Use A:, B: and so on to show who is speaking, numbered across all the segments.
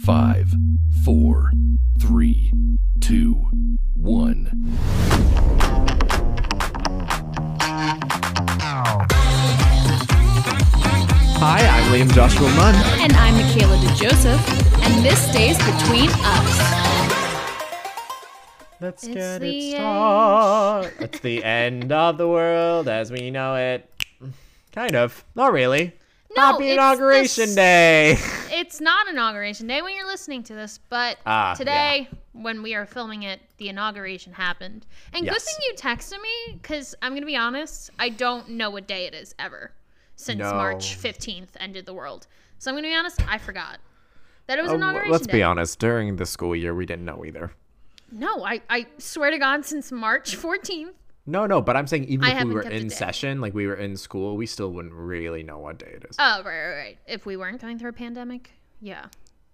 A: five, four, three, two, one.
B: Hi, I'm Liam Joshua Munn.
C: And I'm Michaela DeJoseph, and this stays between us.
B: Let's
C: It's
B: get
C: the
B: it
C: end.
B: started. it's the end of the world as we know it. Kind of. Not really.
D: No,
B: Happy
D: it's
B: Inauguration
D: this-
B: Day.
D: It's not inauguration day when you're listening to this, but
B: Ah,
D: today when we are filming it, the inauguration happened. And good
B: Yes.
D: thing you texted me because I'm gonna be honest, I don't know what day it is ever since
B: No.
D: March 15th ended the world. So I'm gonna be honest, I forgot that it was
B: Oh,
D: inauguration
B: Let's
D: day.
B: be honest. During the school year, we didn't know either.
D: No, I I swear to God, since March 14th,
B: No, no, but I'm saying even
D: I
B: if we
D: haven't
B: were
D: kept a
B: in
D: day.
B: session, like we were in school, we still wouldn't really know what day it is.
D: oh right, right, right. If we weren't going through a pandemic, yeah,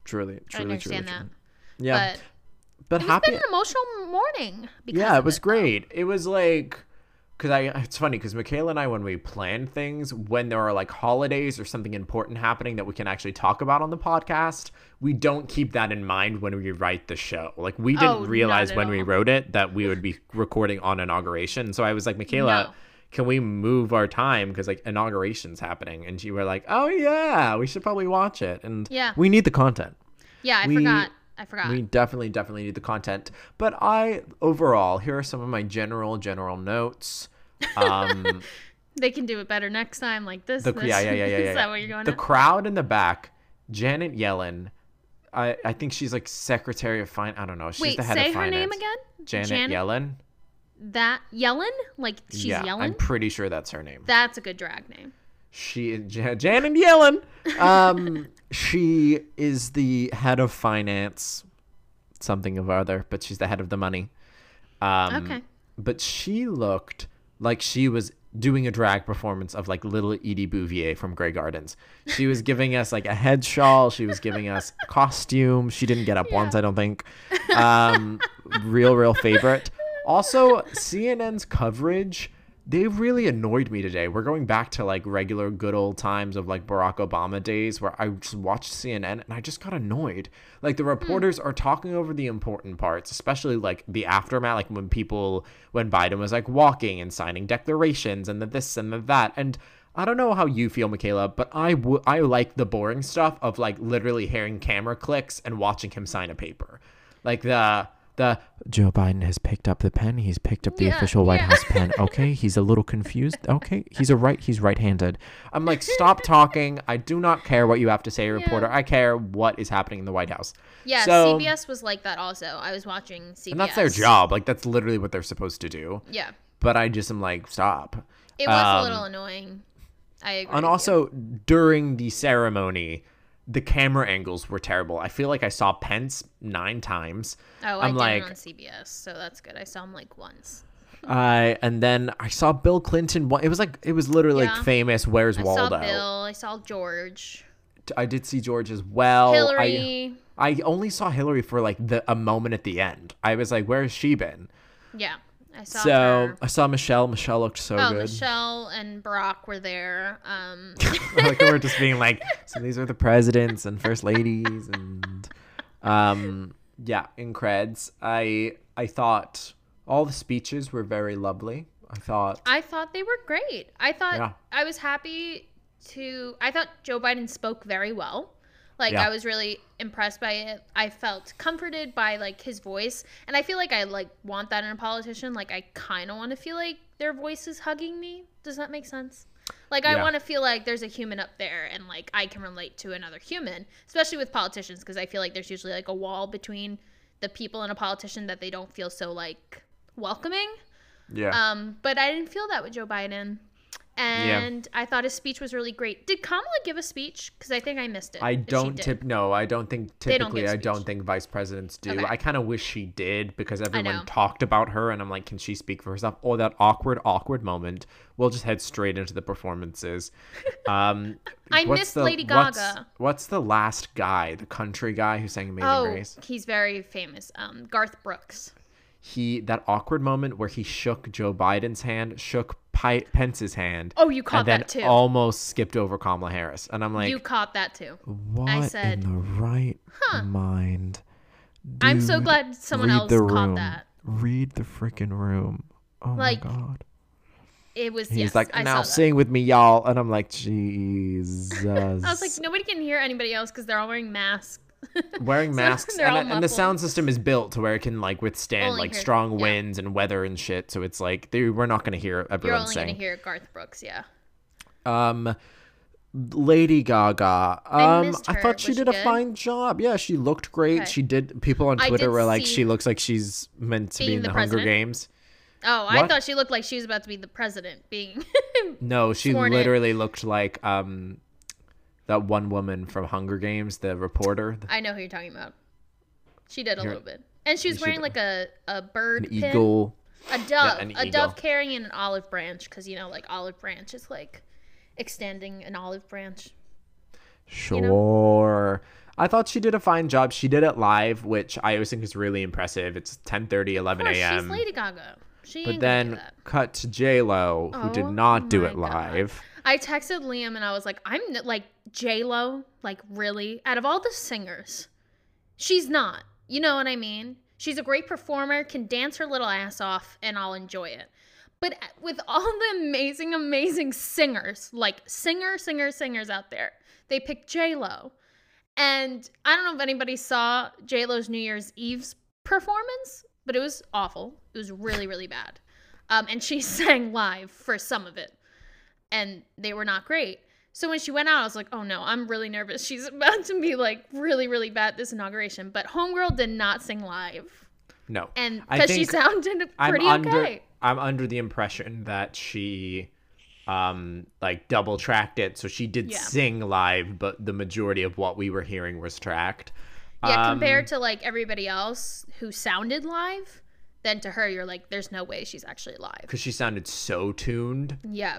B: truly,
D: I
B: truly,
D: understand
B: truly,
D: that.
B: Truly. Yeah,
D: But
B: but,
D: it's
B: happy.
D: been an emotional morning. Because
B: yeah it
D: of
B: was
D: though.
B: great it was like because i it's funny because michaela and i when we plan things when there are like holidays or something important happening that we can actually talk about on the podcast we don't keep that in mind when we write the show like we didn't
D: Oh, not
B: realize
D: at
B: when we
D: all.
B: wrote it that we would be recording on inauguration so i was like michaela
D: No.
B: Can we move our time because like inauguration's happening? And you were like, "Oh yeah, we should probably watch it." And
D: Yeah.
B: we need the content.
D: Yeah, I
B: We-
D: forgot. I forgot.
B: We definitely, definitely need the content. But I, overall, here are some of my general, general notes. Um,
D: They can do it better next time, like this.
B: the
D: this.
B: yeah, yeah, yeah, yeah, yeah.
D: Is that what you're going
B: The
D: at?
B: crowd in the back, Janet Yellen. I, I think she's like secretary of finance. I don't know. She's
D: Wait,
B: the head
D: say
B: of
D: her
B: finance.
D: name again.
B: Janet,
D: Janet-
B: Yellen.
D: That Yellen? Like she's
B: yeah, I'm
D: yelling?
B: pretty sure that's her name.
D: That's a good drag name.
B: She Jan- Janet Yellen. Um, she is the head of finance, something of other, but she's the head of the money. Um,
D: Okay.
B: But she looked like she was doing a drag performance of like little Edie Bouvier from Grey Gardens. She was giving us like a head shawl. She was giving us a costume. She didn't get up once, I don't think. Um, real, real favorite. Also, CNN's coverage. They really annoyed me today. We're going back to like regular good old times of like Barack Obama days where I just watched CNN and I just got annoyed. Like the
D: Hmm.
B: reporters are talking over the important parts, especially like the aftermath, like when people, when Biden was like walking and signing declarations and the this and the that. And I don't know how you feel, Michaela, but I wo- I like the boring stuff of like literally hearing camera clicks and watching him sign a paper, like the the Joe Biden has picked up the pen. He's picked up the
D: Yeah,
B: official White
D: yeah.
B: House pen. Okay, he's a little confused. Okay, he's a right. He's right-handed. I'm like, stop talking. I do not care what you have to say, reporter. I care what is happening in the White House.
D: Yeah,
B: So-
D: CBS was like that also. I was watching CBS.
B: and that's their job. Like that's literally what they're supposed to do.
D: Yeah.
B: But I just am like, stop.
D: It was
B: Um,
D: a little annoying. I agree. with
B: And
D: you.
B: also during the ceremony, the camera angles were terrible. I feel like I saw Pence nine times.
D: oh, I
B: I'm
D: did
B: like,
D: it on CBS, so that's good. I saw him like once.
B: I and then I saw Bill Clinton. one- It was like it was literally like
D: Yeah.
B: famous. Where's
D: I
B: Waldo?
D: saw Bill. I saw George.
B: I did see George as well. Oh, I,
D: Hillary.
B: I only saw Hillary for like the a moment at the end. I was like, where has she been?
D: yeah, I saw.
B: so
D: her.
B: I saw Michelle. Michelle looked so
D: Oh,
B: good.
D: Michelle and Barack were there. Um,
B: like we're just being like, so these are the presidents and first ladies and um yeah, in creds. I I thought all the speeches were very lovely. I thought
D: I thought they were great. I thought
B: Yeah.
D: I was happy to. I thought Joe Biden spoke very well. Like
B: Yeah.
D: I was really impressed by it. I felt comforted by like his voice, and I feel like I like want that in a politician. Like I kind of want to feel like their voice is hugging me. Does that make sense? Like I
B: Yeah.
D: want to feel like there's a human up there, and like I can relate to another human, especially with politicians, because I feel like there's usually like a wall between the people and a politician that they don't feel so like welcoming.
B: yeah.
D: Um, but I didn't feel that with Joe Biden. And I thought his speech was really great. Did Kamala give a speech? Because I think I missed it.
B: I
D: if she
B: don't
D: did.
B: tip no, I don't think
D: They don't
B: typically
D: give
B: I don't
D: speech.
B: think vice presidents do.
D: Okay.
B: I kinda wish she did because
D: know.
B: everyone talked about her and I'm like, can she speak for herself? Or that awkward, awkward moment. We'll just head straight into the performances. Um
D: I
B: what's
D: missed
B: the-
D: Lady
B: what's-
D: Gaga.
B: What's, the last guy, the country guy who sang Amazing
D: Oh,
B: Grace?
D: he's very famous. Um, Garth Brooks.
B: he that awkward moment where he shook Joe Biden's hand, shook Pi- Pence's hand,
D: Oh, you caught
B: and then
D: that too.
B: almost skipped over Kamala Harris. And I'm like,
D: you caught that too.
B: what
D: said,
B: in the right mind?
D: I'm so
B: Dude,
D: glad someone
B: read
D: else
B: the
D: caught
B: room.
D: that.
B: Read the freaking room. Oh
D: Like,
B: my god.
D: It was
B: He's
D: yes,
B: like,
D: I
B: now
D: saw that.
B: sing with me, y'all. And I'm like, Jesus.
D: I was like, nobody can hear anybody else because they're all wearing masks.
B: wearing masks
D: they're
B: and,
D: all
B: and the
D: muffled.
B: sound system is built to where it can like withstand
D: Only
B: like
D: hear-
B: strong
D: yeah.
B: winds and weather and shit so it's like dude, we're not going to hear
D: You're
B: everyone
D: only
B: saying
D: gonna hear Garth Brooks, yeah.
B: um lady gaga
D: I
B: um
D: missed
B: i,
D: her.
B: thought she
D: Was she
B: did a
D: good?
B: fine job yeah she looked great
D: Okay.
B: she did people on
D: I
B: twitter
D: did
B: were like
D: see-
B: she looks like she's meant to be
D: Being
B: in
D: the
B: the, hunger
D: president?
B: games
D: Oh, I
B: What?
D: thought she looked like she was about to be the president, being
B: no she
D: Sworn in.
B: literally looked like um that one woman from hunger games the reporter the
D: I know who you're talking about. She did a
B: You're-
D: little bit. And she was
B: she
D: wearing
B: did.
D: like a, a bird pin,
B: eagle
D: a dove,
B: an
D: a
B: eagle.
D: dove carrying an olive branch because you know like olive branch is like extending an olive branch.
B: Sure.
D: know?
B: I thought she did a fine job. She did it live, which I always think is really impressive. It's 10:30, 11
D: Of course, she's
B: a.m.
D: Lady Gaga. She ain't
B: um, But
D: gonna do
B: then
D: that.
B: cut to J Lo, who
D: Oh
B: did not do
D: my
B: it
D: God.
B: live.
D: I texted Liam and I was like, I'm n- like J Lo, like really. Out of all the singers, she's not. You know what I mean? She's a great performer, can dance her little ass off, and I'll enjoy it. But uh, with all the amazing, amazing singers, like singer, singer, singers out there, they picked J Lo. And I don't know if anybody saw J Lo's New Year's Eve's performance, but it was awful. It was really, really bad. Um, and she sang live for some of it and they were not great. So when she went out, I was like, oh no, I'm really nervous. She's about to be like really, really bad at this inauguration. But Homegirl did not sing live.
B: No.
D: And
B: I
D: because she
B: think
D: sounded
B: I'm
D: pretty
B: under
D: okay.
B: I'm under the impression that she um like double tracked it so she did
D: Yeah.
B: sing live but the majority of what we were hearing was tracked
D: Yeah,
B: Um,
D: compared to like everybody else who sounded live, then to her, you're like, there's no way she's actually live.
B: because she sounded so tuned
D: Yeah.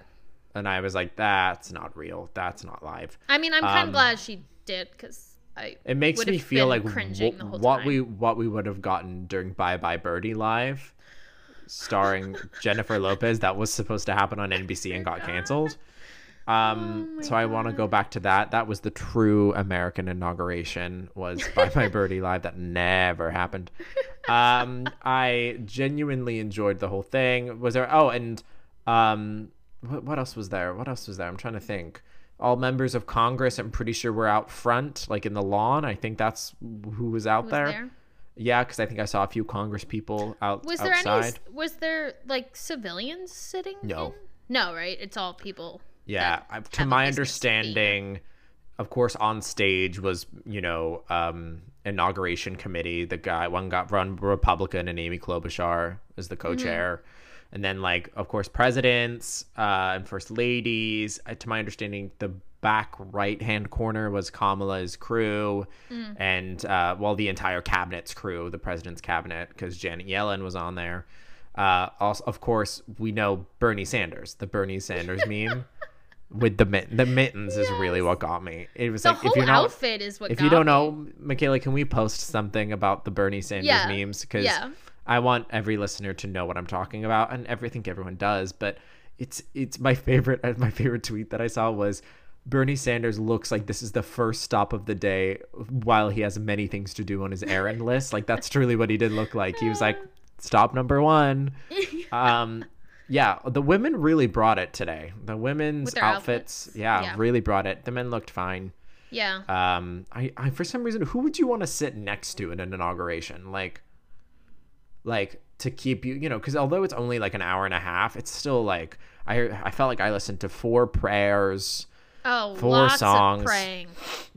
B: and i was like that's not real that's not live
D: I mean, I'm kind of
B: Um,
D: glad she did because I.
B: It makes
D: would
B: me
D: have
B: feel like
D: been
B: wh-
D: cringing the whole
B: what
D: time.
B: we what we would have gotten during Bye Bye Birdie live, starring Jennifer Lopez. That was supposed to happen on
D: Oh
B: NBC and got canceled. Um, so I want to go back to that. That was the true American inauguration. Was Bye Bye Birdie live that never happened. Um, I genuinely enjoyed the whole thing. Was there? Oh, and um, what, what else was there? What else was there? I'm trying to think. All members of Congress, I'm pretty sure, were out front, like in the lawn. I think that's who was out
D: was
B: there.
D: there.
B: Yeah, because I think I saw a few Congress people out
D: Was there
B: outside.
D: any? Was there like civilians sitting?
B: No.
D: in? No, right? It's all people.
B: yeah, I, to
D: have a
B: my
D: business to be there.
B: understanding, of course, on stage was you know um, inauguration committee. The guy one got run Republican and Amy Klobuchar is the co-chair, and then like of course presidents uh, and first ladies. Uh, to my understanding, the back right hand corner was Kamala's crew, and uh, well the entire cabinet's crew, the president's cabinet, because Janet Yellen was on there. Uh, also, of course, we know Bernie Sanders, the Bernie Sanders meme with the mitten. The mittens is really what got me. It was
D: The
B: like
D: whole
B: if you're not
D: outfit is what.
B: if
D: got
B: you don't
D: me.
B: know, Michaela, can we post something about the Bernie Sanders
D: Yeah.
B: memes? Because
D: Yeah.
B: I want every listener to know what I'm talking about, and I think everyone does. But it's it's my favorite. uh, My favorite tweet that I saw was. Bernie Sanders looks like this is the first stop of the day while he has many things to do on his errand list. Like that's truly what he did look like. He was like stop number 1. Um yeah, the women really brought it today. The women's
D: their
B: outfits,
D: outfits.
B: yeah,
D: Yeah.
B: really brought it. The men looked fine.
D: Yeah.
B: Um, I, I for some reason, who would you want to sit next to in an inauguration? Like, like to keep you, you know, because although it's only like an hour and a half, it's still like I I felt like I listened to four prayers.
D: Oh,
B: four
D: lots
B: songs.
D: of praying.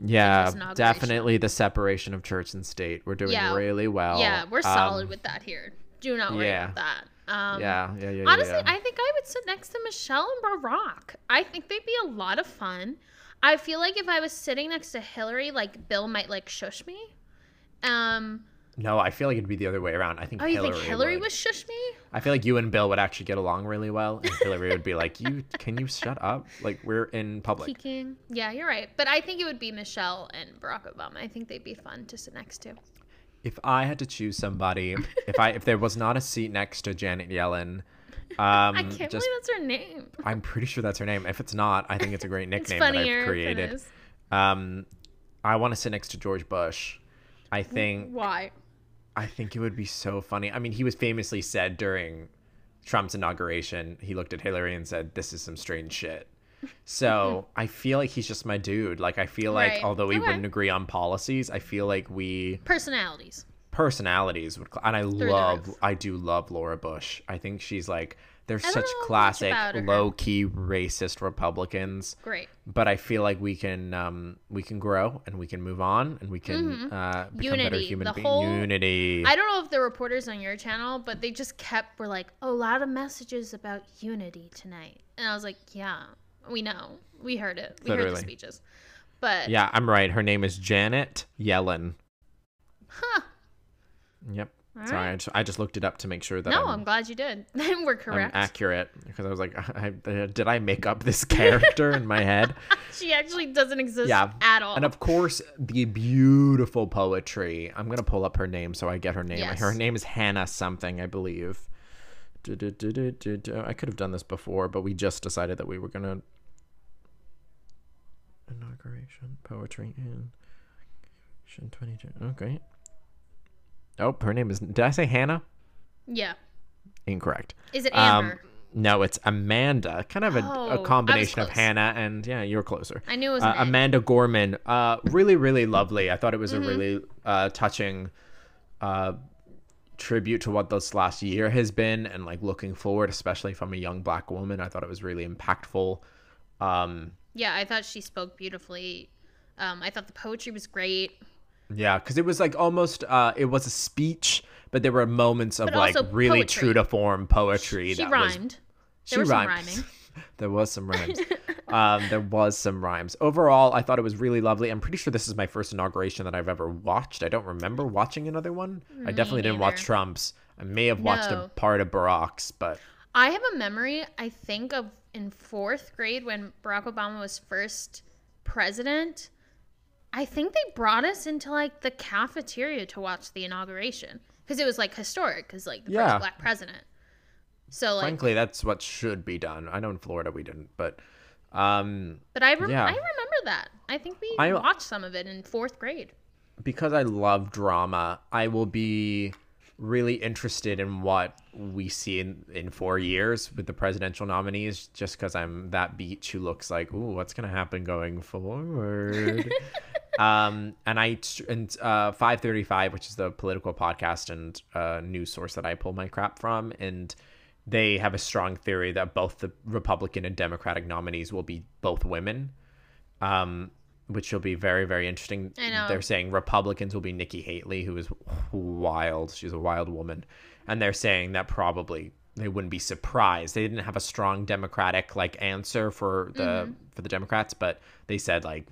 B: Yeah,
D: Just inauguration.
B: definitely the separation of church and state. We're doing
D: Yeah.
B: really well.
D: yeah, we're
B: Um,
D: solid with that here. Do not worry
B: yeah.
D: about that. Um,
B: Yeah, yeah, yeah. yeah,
D: Honestly,
B: yeah.
D: I think I would sit next to Michelle and Barack. I think they'd be a lot of fun. I feel like if I was sitting next to Hillary, like Bill might like shush me. Um,
B: no, I feel like it'd be the other way around. I think
D: oh, you
B: Hillary,
D: think Hillary
B: would.
D: would shush me?
B: I feel like you and Bill would actually get along really well, and Hillary would be like, "You can you shut up? Like we're in public."
D: Peeking. Yeah, you're right. But I think it would be Michelle and Barack Obama. I think they'd be fun to sit next to.
B: If I had to choose somebody, if I if there was not a seat next to Janet Yellen, um, I
D: I can't
B: just
D: believe that's her name.
B: I'm pretty sure that's her name. If it's not, I think it's a great
D: It's
B: nickname that
D: funnier.
B: I've
D: if it
B: created.
D: is.
B: Um, I want to sit next to George Bush. I
D: Mm-hmm.
B: think
D: Why?
B: I think it would be so funny. I mean, he was famously said during Trump's inauguration, he looked at Hillary and said, "This is some strange shit." So I feel like he's just my dude. Like I feel like
D: Right.
B: although we
D: Okay.
B: wouldn't agree on policies, I feel like we
D: Personalities.
B: personalities would. cl- And I
D: the
B: love,
D: roof.
B: I do love Laura Bush. I think she's like they're
D: don't
B: such
D: know much
B: classic
D: about her.
B: low key racist Republicans
D: Great.
B: but I feel like we can um, we can grow and we can move on and we can uh, become better
D: Mm-hmm. Unity,
B: human
D: the
B: beings.
D: whole-
B: Unity.
D: I don't know if the reporters on your channel, but they just kept were like, a lot of messages about unity tonight, and I was like, yeah, we know, we heard it, we heard
B: Literally.
D: the speeches, but
B: yeah, I'm right. Her name is Janet Yellen.
D: huh,
B: Yep.
D: All
B: Sorry,
D: right.
B: I, just, I just looked it up to make sure that
D: no, I'm,
B: I'm,
D: glad you did. Then we're
B: Um, I'm
D: correct.
B: accurate because I was like, I, I- did I make up this character in my head?
D: she actually doesn't exist
B: Yeah,
D: at all.
B: And of course, the beautiful poetry. I'm gonna pull up her name so I get her name.
D: Yes.
B: Her name is Hannah something, I believe. Du-du-du-du-du-du. I could have done this before, but we just decided that we were gonna inauguration poetry in 22. Okay. Oh, her name is. Did I say Hannah?
D: yeah,
B: Incorrect.
D: is it
B: Um,
D: Amber?
B: No, it's Amanda. Kind of a,
D: Oh, I
B: a
D: was
B: combination of
D: close.
B: Hannah and yeah, you're closer.
D: I knew it was
B: Uh,
D: an A.
B: Amanda Gorman. Uh, really, really lovely. I thought it was
D: Mm-hmm.
B: a really uh, touching uh, tribute to what this last year has been, and like looking forward, especially if I'm a young black woman. I thought it was really impactful. Um,
D: yeah, I thought she spoke beautifully. Um, I thought the poetry was great.
B: yeah, because it was like almost uh, it was a speech, but there were moments of
D: But
B: like
D: also
B: really
D: poetry.
B: true to form poetry.
D: She
B: that was
D: rhymed. There was some rhyming.
B: there was some rhymes. um, there was some rhymes. Overall, I thought it was really lovely. I'm pretty sure this is my first inauguration that I've ever watched. I don't remember watching another one. I definitely didn't watch
D: neither.
B: Trump's. I may have watched
D: No.
B: a part of Barack's, but
D: I have a memory, I think, of in fourth grade when Barack Obama was first president. I think they brought us into like the cafeteria to watch the inauguration because it was like historic because like the
B: Yeah.
D: first black president. So like,
B: frankly, that's what should be done. I know in Florida we didn't, but um,
D: but I rem-
B: yeah.
D: I remember that. I think we
B: I-
D: watched some of it in fourth grade.
B: because I love drama, I will be really interested in what we see in, in four years with the presidential nominees, just because I'm that beach who looks like, ooh, what's going to happen going forward? um, and I and uh, 535, which is the political podcast and uh, news source that I pull my crap from, and they have a strong theory that both the Republican and Democratic nominees will be both women. Um, which will be very, very interesting.
D: I know.
B: They're saying Republicans will be Nikki Haley, who is wild. She's a wild woman. And they're saying that probably they wouldn't be surprised. They didn't have a strong Democratic like answer for the
D: Mm-hmm.
B: for the Democrats, but they said like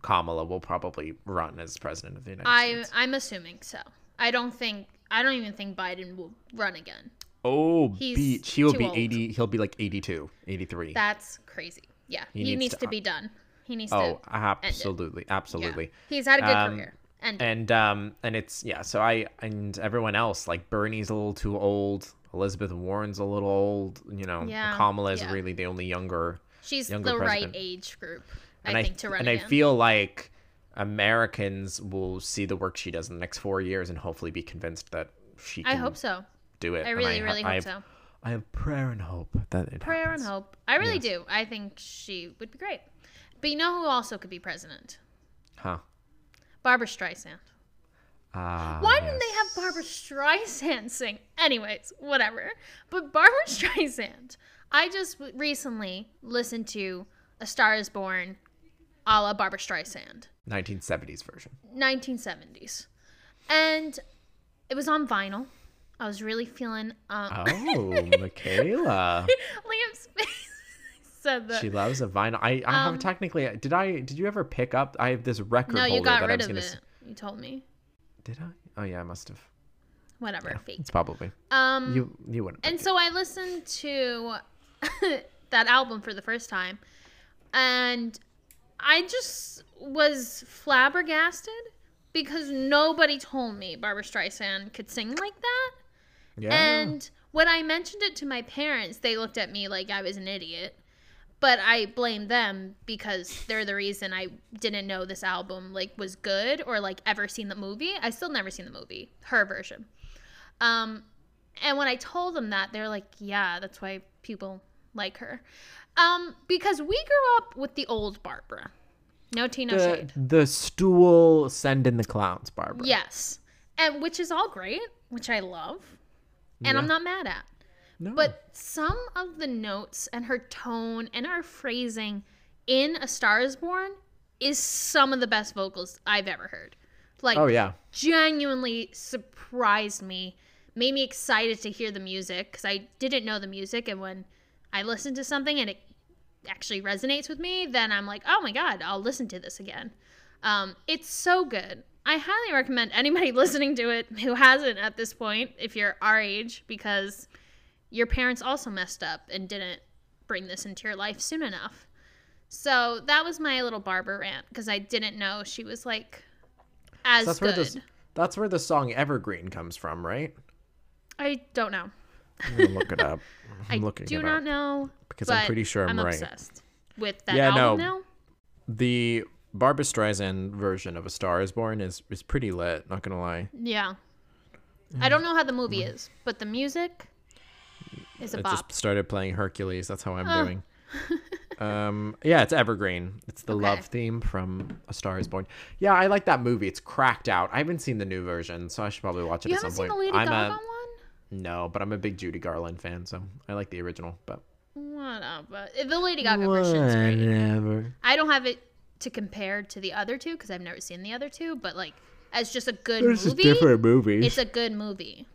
B: Kamala will probably run as president of the United
D: I
B: States.
D: I'm assuming so. I don't think I don't even think Biden will run again.
B: Oh,
D: He's
B: beach. He will
D: too
B: be
D: old.
B: 80. He'll be like 82, 83.
D: That's crazy. Yeah, he, needs, to, be done. He needs to.
B: oh,
D: it.
B: absolutely.
D: yeah.
B: Absolutely.
D: He's had a good
B: Um,
D: career. And
B: and um and it's yeah so i and everyone else like bernie's a little too old elizabeth warren's a little old you know
D: Yeah,
B: kamala is
D: yeah.
B: really the only younger
D: She's the
B: younger
D: right
B: president.
D: age group,
B: and
D: I think, to run
B: and
D: again.
B: i feel like americans will see the work she does in the next four years and hopefully be convinced that she
D: I
B: can
D: hope so.
B: do it
D: I
B: And
D: really,
B: ha-
D: really
B: I
D: hope
B: have,
D: so.
B: i have prayer and hope that it
D: Prayer and
B: happens.
D: hope. I really do. I think she would be great. But you know who also could be president?
B: huh
D: Barbara Streisand.
B: Ah,
D: Why didn't they have Barbara Streisand sing? Anyways, whatever. But Barbara Streisand, I just w- recently listened to A Star is Born a la Barbara Streisand.
B: 1970s version
D: 1970s. And it was on vinyl. I was really feeling um
B: oh michaela
D: Liam's face said that.
B: She loves a vinyl. I, I haven't technically. Did I? Did you ever pick up? I have this record
D: Um, No,
B: holder
D: you got
B: that I
D: rid
B: was
D: of
B: gonna. s-
D: it. You told me.
B: Did I? Oh yeah, I must have.
D: Whatever, fake.
B: It's probably
D: Um
B: you. You wouldn't.
D: and so I listened to that album for the first time and I just was flabbergasted because nobody told me Barbara Streisand could sing like that.
B: Yeah.
D: And when I mentioned it to my parents, they looked at me like I was an idiot. But I blame them because they're the reason I didn't know this album like was good or like ever seen the movie. I still never seen the movie, her version. Um, and when I told them that, they're like, "Yeah, that's why people like her," um, because we grew up with the old Barbara. No tea, no
B: the,
D: shade.
B: the stool send in the clowns, Barbara.
D: Yes, and which is all great, which I love, and I'm
B: Yeah.
D: not mad at.
B: No.
D: But some of the notes and her tone and her phrasing in A Star is Born is some of the best vocals I've ever heard. Like,
B: oh yeah,
D: genuinely surprised me, made me excited to hear the music because I didn't know the music. And when I listen to something and it actually resonates with me, then I'm like, oh my God, I'll listen to this again. Um, it's so good. I highly recommend anybody listening to it who hasn't at this point, if you're our age, because your parents also messed up and didn't bring this into your life soon enough. So that was my little Barbara rant because I didn't know she was like as
B: that's where
D: good.
B: this that's where the song Evergreen comes from, right?
D: I don't know.
B: I'm gonna look it up. I'm looking
D: Do
B: it
D: not
B: up
D: know.
B: because
D: but
B: I'm pretty sure I'm, right.
D: obsessed with that
B: Yeah,
D: album
B: no.
D: now.
B: The Barbara Streisand version of A Star Is Born is is pretty lit. Not gonna lie,
D: Yeah.
B: Mm.
D: I don't know how the movie is, but the music is a
B: I
D: bop.
B: just started playing Hercules. That's how I'm
D: Oh.
B: doing. um, yeah, it's Evergreen. It's the love theme from A Star Is Born. Yeah, I like that movie. It's cracked out. I haven't seen the new version, so I should probably watch it
D: You
B: at some
D: haven't seen
B: point.
D: the Lady
B: I'm
D: Gaga
B: a, No, but I'm a big Judy Garland fan, so I like the original. But
D: one? Whatever. Uh, The Lady Gaga version is great. I don't have it to compare to the other two because I've never seen the other two, but like as just a good movie,
B: movies.
D: it's a good movie.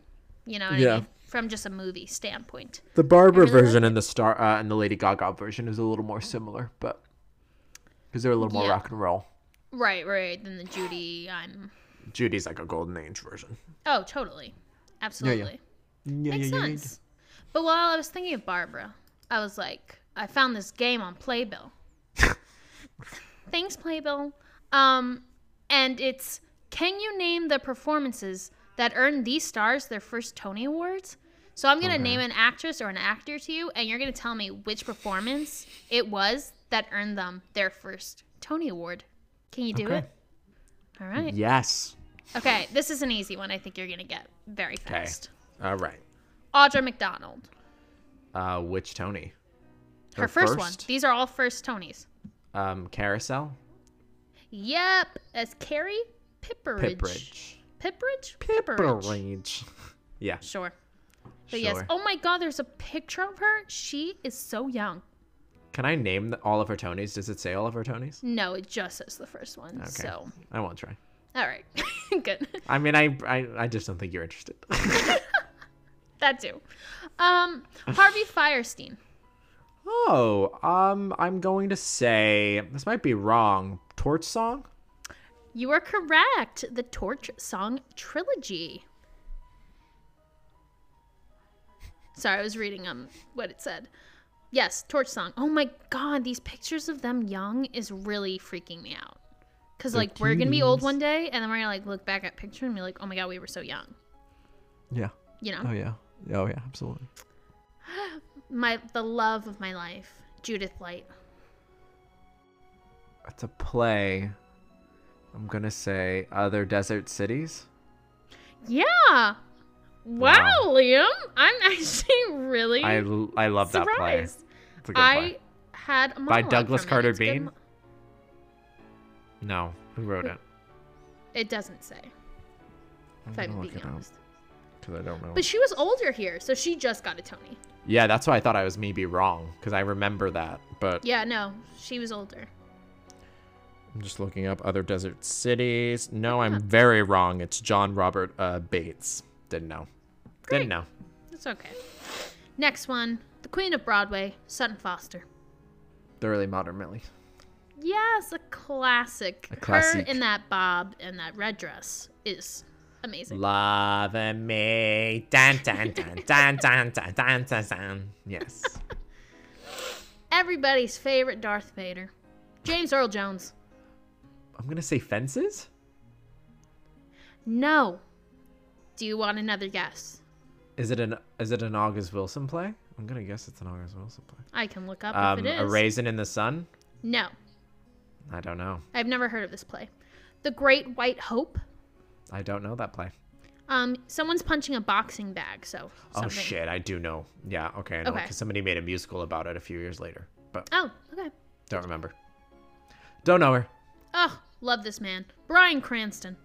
D: You know what I
B: Yeah.
D: mean? From just a movie standpoint.
B: the Barbara
D: I really
B: version and the Star uh, and the Lady Gaga version is a little more similar, but because they're a little more
D: Yeah.
B: rock and roll.
D: Right, right. Then the Judy, I'm.
B: Judy's like a golden age version.
D: Oh, totally. Absolutely.
B: Yeah,
D: Makes sense. But while I was thinking of Barbara, I was like, I found this game on Playbill. Thanks, Playbill. Um, and it's can you name the performances that earned these stars their first Tony Awards? So I'm gonna name an actress or an actor to you, and you're gonna tell me which performance it was that earned them their first Tony Award. Can you do
B: Okay.
D: it? All right.
B: Yes.
D: Okay, this is an easy one. I think you're gonna get very
B: Okay.
D: fast.
B: All right.
D: Audra McDonald.
B: Uh, which Tony?
D: Her, first, one. These are all first Tonys.
B: Um, Carousel.
D: Yep, as Carrie Pipperidge.
B: Pipperidge.
D: Pipperidge?
B: Pipperidge. yeah.
D: Sure. But yes.
B: Sure.
D: Oh my God, there's a picture of her. She is so young.
B: Can I name the, all of her Tonys? Does it say all of her Tonys?
D: No, it just says the first one.
B: Okay.
D: So,
B: I won't try.
D: all right. Good.
B: I mean, I, I, I just don't think you're interested.
D: That too. Um, Harvey Firestein.
B: oh, um, I'm going to say this might be wrong. Torch song.
D: You are correct. The Torch Song Trilogy. Sorry, I was reading um what it said. Yes, Torch Song. Oh my god, these pictures of them young is really freaking me out. Cause like we're gonna be old one day, and then we're gonna like look back at pictures and be like, oh my god, we were so young.
B: Yeah.
D: You know,
B: yeah. Oh yeah. Absolutely.
D: my the love of my life, Judith Light.
B: It's a play. I'm gonna say other desert cities.
D: Yeah. Wow, Liam, I'm actually really
B: I, l- I love that play.
D: surprised.
B: It's a good
D: I
B: play.
D: had a
B: By
D: monologue
B: Douglas
D: from it.
B: Carter
D: It's good
B: Beane?
D: mo-
B: No, who
D: Hmm.
B: wrote it?
D: It doesn't say, if I'm being honest.
B: because I don't know.
D: But she was older here, so she just got a Tony.
B: yeah, that's why I thought I was maybe wrong because I remember that. But
D: Yeah, no, she was older.
B: I'm just looking up other desert cities. No, I'm very wrong. It's John Robert uh, Bates. Didn't know. Didn't know.
D: That's okay. Next one, the Queen of Broadway, Sutton Foster.
B: The early modern Millie.
D: Yes, a classic.
B: A classic.
D: Her in that bob and that red dress is amazing.
B: Love me. Dun, dun, dun, dun, dun, dun, dun, dun, dun. Yes.
D: Everybody's favorite Darth Vader, James Earl Jones.
B: I'm going to say fences?
D: No. Do you want another guess?
B: Is it an is it an August Wilson play? I'm gonna guess it's an August Wilson play.
D: I can look up
B: Um,
D: if it is.
B: a raisin in the sun.
D: No.
B: I don't know.
D: I've never heard of this play. The Great White Hope.
B: I don't know that play.
D: Um, someone's punching a boxing bag, so something.
B: Oh shit, I do know. Yeah, okay, I know
D: Okay.
B: because somebody made a musical about it a few years later, but
D: Oh, okay.
B: don't remember. Don't know her.
D: Oh, love this man. Brian Cranston.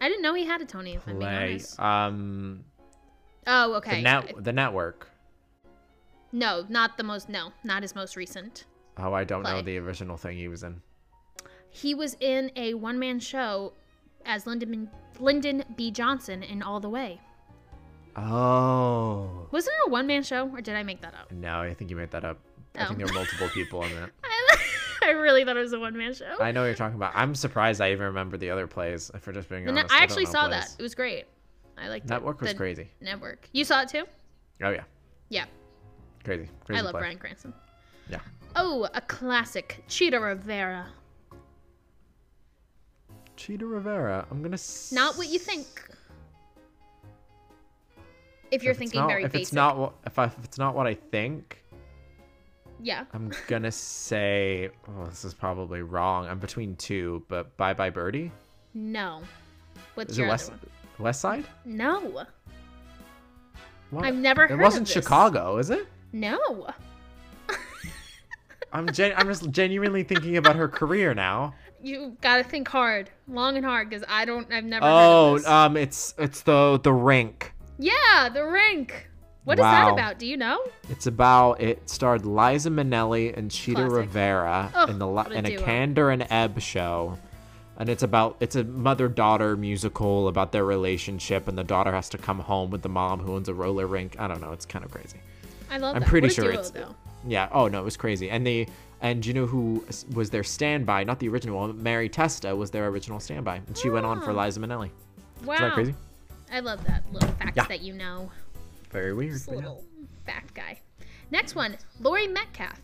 D: I didn't know he had a Tony, if I'm being
B: Play.
D: honest.
B: Um,
D: Oh,
B: the
D: okay.
B: net the network.
D: No, not the most no, not his most recent.
B: Oh, I don't know
D: Play.
B: the original thing he was in.
D: He was in a one man show as Lyndon Lyndon B. Johnson in All the Way.
B: Oh.
D: Wasn't it a one man show, or did I make that up?
B: No, I think you made that up. I
D: Oh.
B: think there were multiple people in that.
D: I, I really thought it was a one man show.
B: I know what you're talking about. I'm surprised I even remember the other plays. If we're just being
D: The ne-
B: honest,
D: I
B: don't
D: actually
B: know
D: saw
B: plays.
D: that. It was great. I liked it.
B: Network was
D: The
B: crazy.
D: Network. You saw it too?
B: Oh yeah,
D: Yeah.
B: crazy, crazy.
D: I love
B: play.
D: Brian Cranston.
B: Yeah.
D: Oh, a classic. Cheetah Rivera.
B: Cheetah Rivera. I'm gonna. S-
D: Not what you think. If you're
B: if it's
D: thinking
B: not,
D: very
B: if
D: basic.
B: it's not what if, I, if it's not what I think,
D: yeah.
B: I'm gonna say. Oh, this is probably wrong. I'm between two, but Bye Bye Birdie.
D: No. What's
B: Is
D: your
B: it
D: other
B: West
D: one?
B: West Side?
D: No.
B: What?
D: I've never
B: It
D: heard of
B: wasn't
D: this.
B: Chicago, is it?
D: No.
B: I'm gen- I'm just genuinely thinking about her career now.
D: You gotta think hard, long and hard, because I don't. I've never. heard
B: Oh,
D: of this.
B: um, it's it's the the rink.
D: yeah, the rink. What is
B: Wow.
D: that about? Do you know?
B: It's about it starred Liza Minnelli and Cheetah
D: Classic.
B: Rivera
D: Ugh,
B: in the
D: what a
B: in a
D: duo.
B: Candor and Ebb show, and it's about it's a mother daughter musical about their relationship, and the daughter has to come home with the mom who owns a roller rink. I don't know, it's kind of crazy.
D: I love.
B: I'm
D: that.
B: pretty
D: What a
B: sure
D: duo,
B: it's
D: though.
B: yeah. Oh no, it was crazy, and the and you know who s- was their standby? Not the original one. but Mary Testa was their original standby, and she went on for Liza Minnelli.
D: Ah. Wow.
B: Is that crazy?
D: I love that little fact
B: Yeah.
D: that you know.
B: Very weird.
D: Just a
B: but yeah.
D: little fact guy. Next one, Lori Metcalf.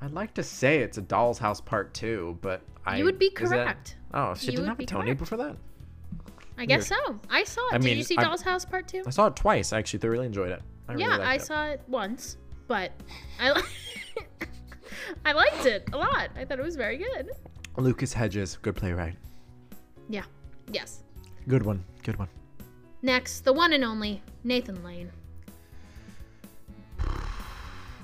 B: I'd like to say it's a Doll's House Part Two, but I
D: you would be
B: is that-
D: correct.
B: Oh, she
D: You
B: didn't
D: would
B: have a
D: be
B: Tony
D: correct.
B: before that.
D: I guess so. I saw it.
B: I
D: Did
B: mean,
D: you see
B: I'm-
D: Doll's House Part Two?
B: I saw it twice. I actually thoroughly enjoyed it. I really
D: yeah,
B: liked
D: I
B: it.
D: saw it once, but I li- I liked it a lot. I thought it was very good.
B: Lucas Hedges, good playwright.
D: Yeah. Yes.
B: Good one. Good one.
D: Next, the one and only Nathan Lane.
B: I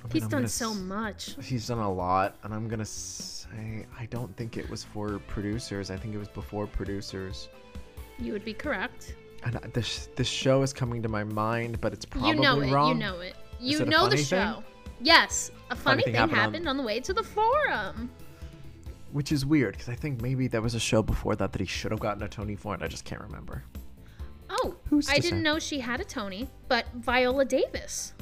D: He's
B: mean, I'm
D: done
B: gonna
D: so
B: s-
D: much.
B: He's done a lot, and I'm gonna say I don't think it was for producers. I think it was before producers.
D: You would be correct.
B: And I- this this show is coming to my mind, but it's probably
D: you know it.
B: wrong.
D: You know it. You
B: it a
D: know the
B: funny thing?
D: show. Yes, a funny, thing, happened, on... the way to the forum.
B: Which is weird because I think maybe there was a show before that that he should have gotten a Tony for, and I just can't remember.
D: Oh,
B: Who's
D: I
B: to
D: didn't
B: say?
D: know she had a Tony, but Viola Davis.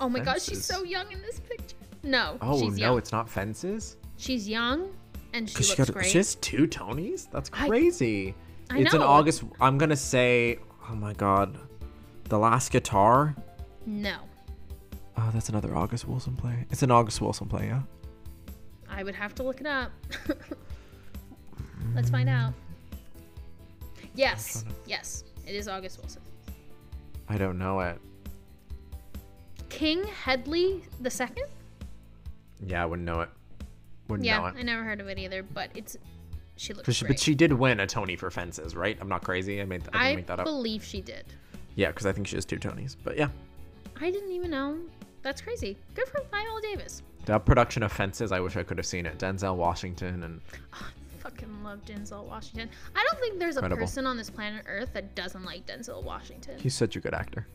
D: Oh my gosh, she's
B: Fences.
D: so young in this picture. No,
B: Oh
D: she's
B: no,
D: young.
B: it's not Fences.
D: She's young, and she
B: Because
D: looks
B: she, got
D: great.
B: she has two Tonys. That's
D: I-
B: crazy.
D: I
B: it's an
D: know.
B: August. I'm gonna say. Oh my god, the last guitar.
D: No,
B: Oh, that's another August Wilson play. It's an August Wilson play, yeah.
D: I would have to look it up. Let's find out. Yes, yes, it is August Wilson.
B: I don't know it.
D: King Headley the second.
B: Yeah, I wouldn't know it. Wouldn't
D: Yeah,
B: know
D: I
B: it.
D: never heard of it either, but it's she looks
B: Cause she,
D: great.
B: but she did win a Tony for Fences, right? I'm not crazy. I made. I, didn't
D: I
B: make that up.
D: believe she did.
B: yeah, because I think she has two Tonys. But yeah,
D: I didn't even know. That's crazy. Good for Viola Davis.
B: that production of Fences, I wish I could have seen it. Denzel Washington and
D: Fucking love Denzel Washington. I don't think there's a
B: Incredible.
D: person on this planet Earth that doesn't like Denzel Washington.
B: he's such a good actor.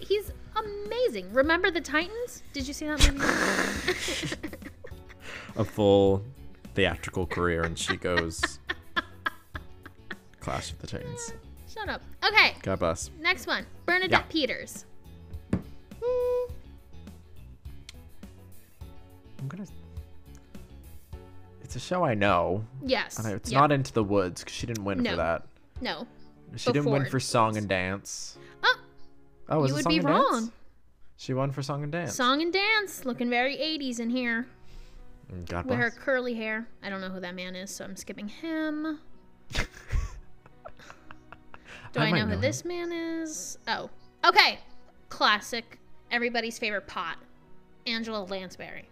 D: He's amazing. Remember the Titans? Did you see that movie?
B: A full theatrical career, and she goes Clash of the Titans.
D: Shut up. Okay,
B: God bless.
D: next one. Bernadette
B: Yeah. Hmm.
D: Peters.
B: I'm gonna. It's a show I know.
D: Yes.
B: And I- it's
D: Yeah.
B: not into the woods because she didn't win for
D: No.
B: that.
D: No.
B: She didn't
D: Before
B: win
D: Into
B: for
D: the
B: song and dance.
D: Oh,
B: Oh, was
D: you
B: it
D: would
B: song
D: be
B: and
D: wrong.
B: dance? She won for song and dance.
D: Song and dance, looking very 80s in here.
B: God
D: with her
B: bless.
D: curly hair. I don't know who that man is, so I'm skipping him. Do I,
B: might
D: know who
B: know
D: this man is? Oh, okay. Classic, everybody's favorite pot, Angela Lansbury.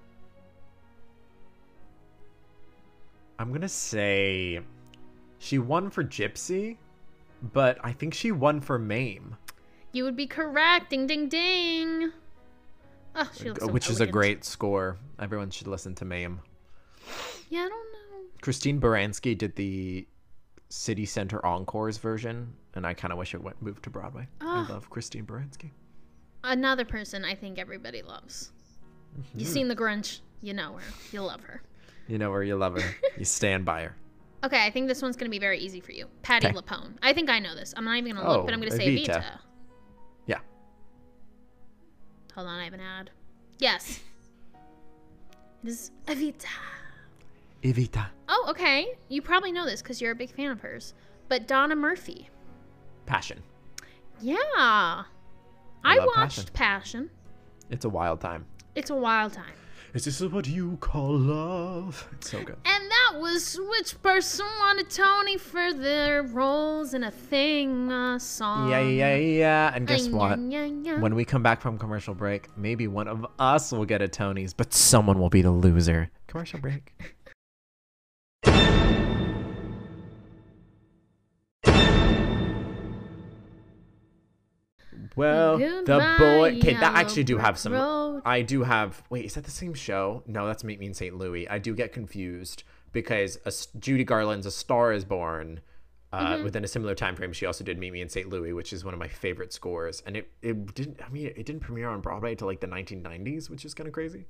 B: I'm gonna say she won for Gypsy, but I think she won for Mame,
D: You would be correct. Ding, ding, ding. Oh, she looks so
B: Uh, which is a
D: elegant.
B: great score. Everyone should listen to Mame.
D: Yeah, I don't know.
B: Christine Baranski did the City Center Encores version, and I kind of wish it went moved to Broadway.
D: Ah.
B: I love Christine Baranski.
D: Another person I think everybody loves.
B: Mm-hmm.
D: You've seen the Grinch. You know her. You love her.
B: You know her, you love her, you stand by her.
D: Okay, I think this one's gonna be very easy for you. Patty
B: Okay.
D: Lapone. I think I know this. I'm not even gonna look, but
B: Oh,
D: I'm gonna say
B: Evita.
D: Vita.
B: Yeah,
D: Hold on, I have an ad. Yes. It is Evita.
B: Evita,
D: Oh, okay. You probably know this because you're a big fan of hers. But Donna Murphy.
B: passion.
D: Yeah. I, watched
B: love
D: Passion.
B: Passion. It's a wild time.
D: It's a wild time.
B: Is this what you call love? It's so good.
D: And that was Switch Person won a Tony for their roles in a thing, a song.
B: Yeah, yeah, yeah. And guess
D: Yeah,
B: what?
D: yeah, yeah.
B: When we come back from commercial break, maybe one of us will get a Tony's, but someone will be the loser. Commercial break. Well, the
D: Goodbye,
B: boy. Okay, that
D: Yellow
B: actually do
D: Brick
B: have some.
D: Road.
B: I do have. Wait, is that the same show? No, that's Meet Me in St. Louis. I do get confused because a s Judy Garland's A Star Is Born. Uh,
D: Mm-hmm.
B: Within a similar time frame, she also did Meet Me in St. Louis, which is one of my favorite scores. And it, it didn't. I mean, it didn't premiere on Broadway until like the 1990s, which is kind of crazy.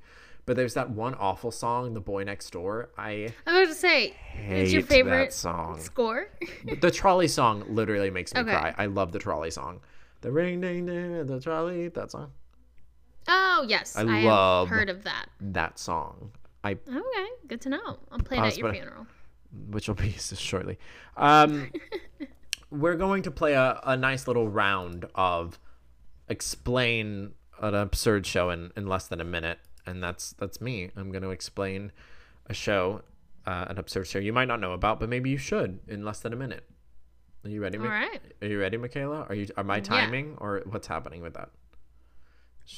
B: But there's that one awful song, "The Boy Next Door." I
D: I was about to say,
B: hate
D: it's your favorite
B: that song.
D: score.
B: The trolley song literally makes me
D: Okay.
B: cry. I love the trolley song. The ring ding ding of the trolley. That song.
D: oh, yes.
B: I
D: I,
B: love-
D: have heard of that.
B: That song. I
D: Okay, good to know. I'll play it at your
B: Possibly.
D: funeral.
B: which will be so shortly. Um, we're going to play a, a nice little round of explain an absurd show in, in less than a minute, and that's that's me. I'm going to explain a show, uh, an absurd show you might not know about, but maybe you should in less than a minute. Are you ready?
D: All
B: Mi-
D: right.
B: Are you ready, Michaela? Are you? Are my timing or what's happening with that?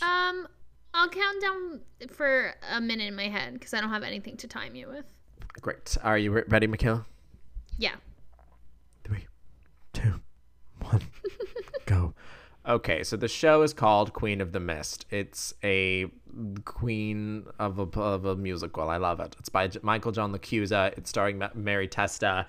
D: Um, I'll count down for a minute in my head because I don't have anything to time you with.
B: Great. Are you re- ready, Michaela?
D: Yeah.
B: three, two, one, go. Okay, so the show is called Queen of the Mist. It's a queen of a, of a musical. I love it. It's by J- Michael John Lacusa. It's starring Ma- Mary Testa.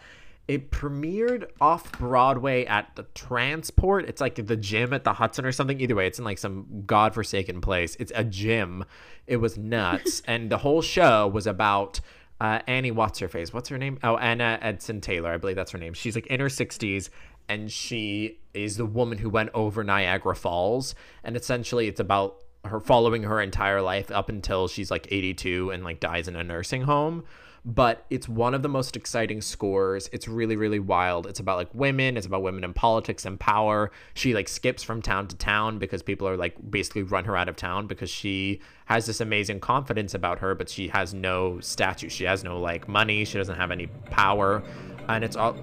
B: It premiered off Broadway at the Transport. It's like the gym at the Hudson or something. Either way, it's in like some godforsaken place. It's a gym. It was nuts. and the whole show was about uh, Annie, what's her face? What's her name? Oh, Anna Edson Taylor. I believe that's her name. She's like in her 60s and she is the woman who went over Niagara Falls. And essentially, it's about her following her entire life up until she's like 82 and like dies in a nursing home. But it's one of the most exciting scores. It's really, really wild. It's about like women, it's about women in politics and power. She like skips from town to town because people are like basically run her out of town because she has this amazing confidence about her, but she has no statue. She has no like money. She doesn't have any power. And it's all.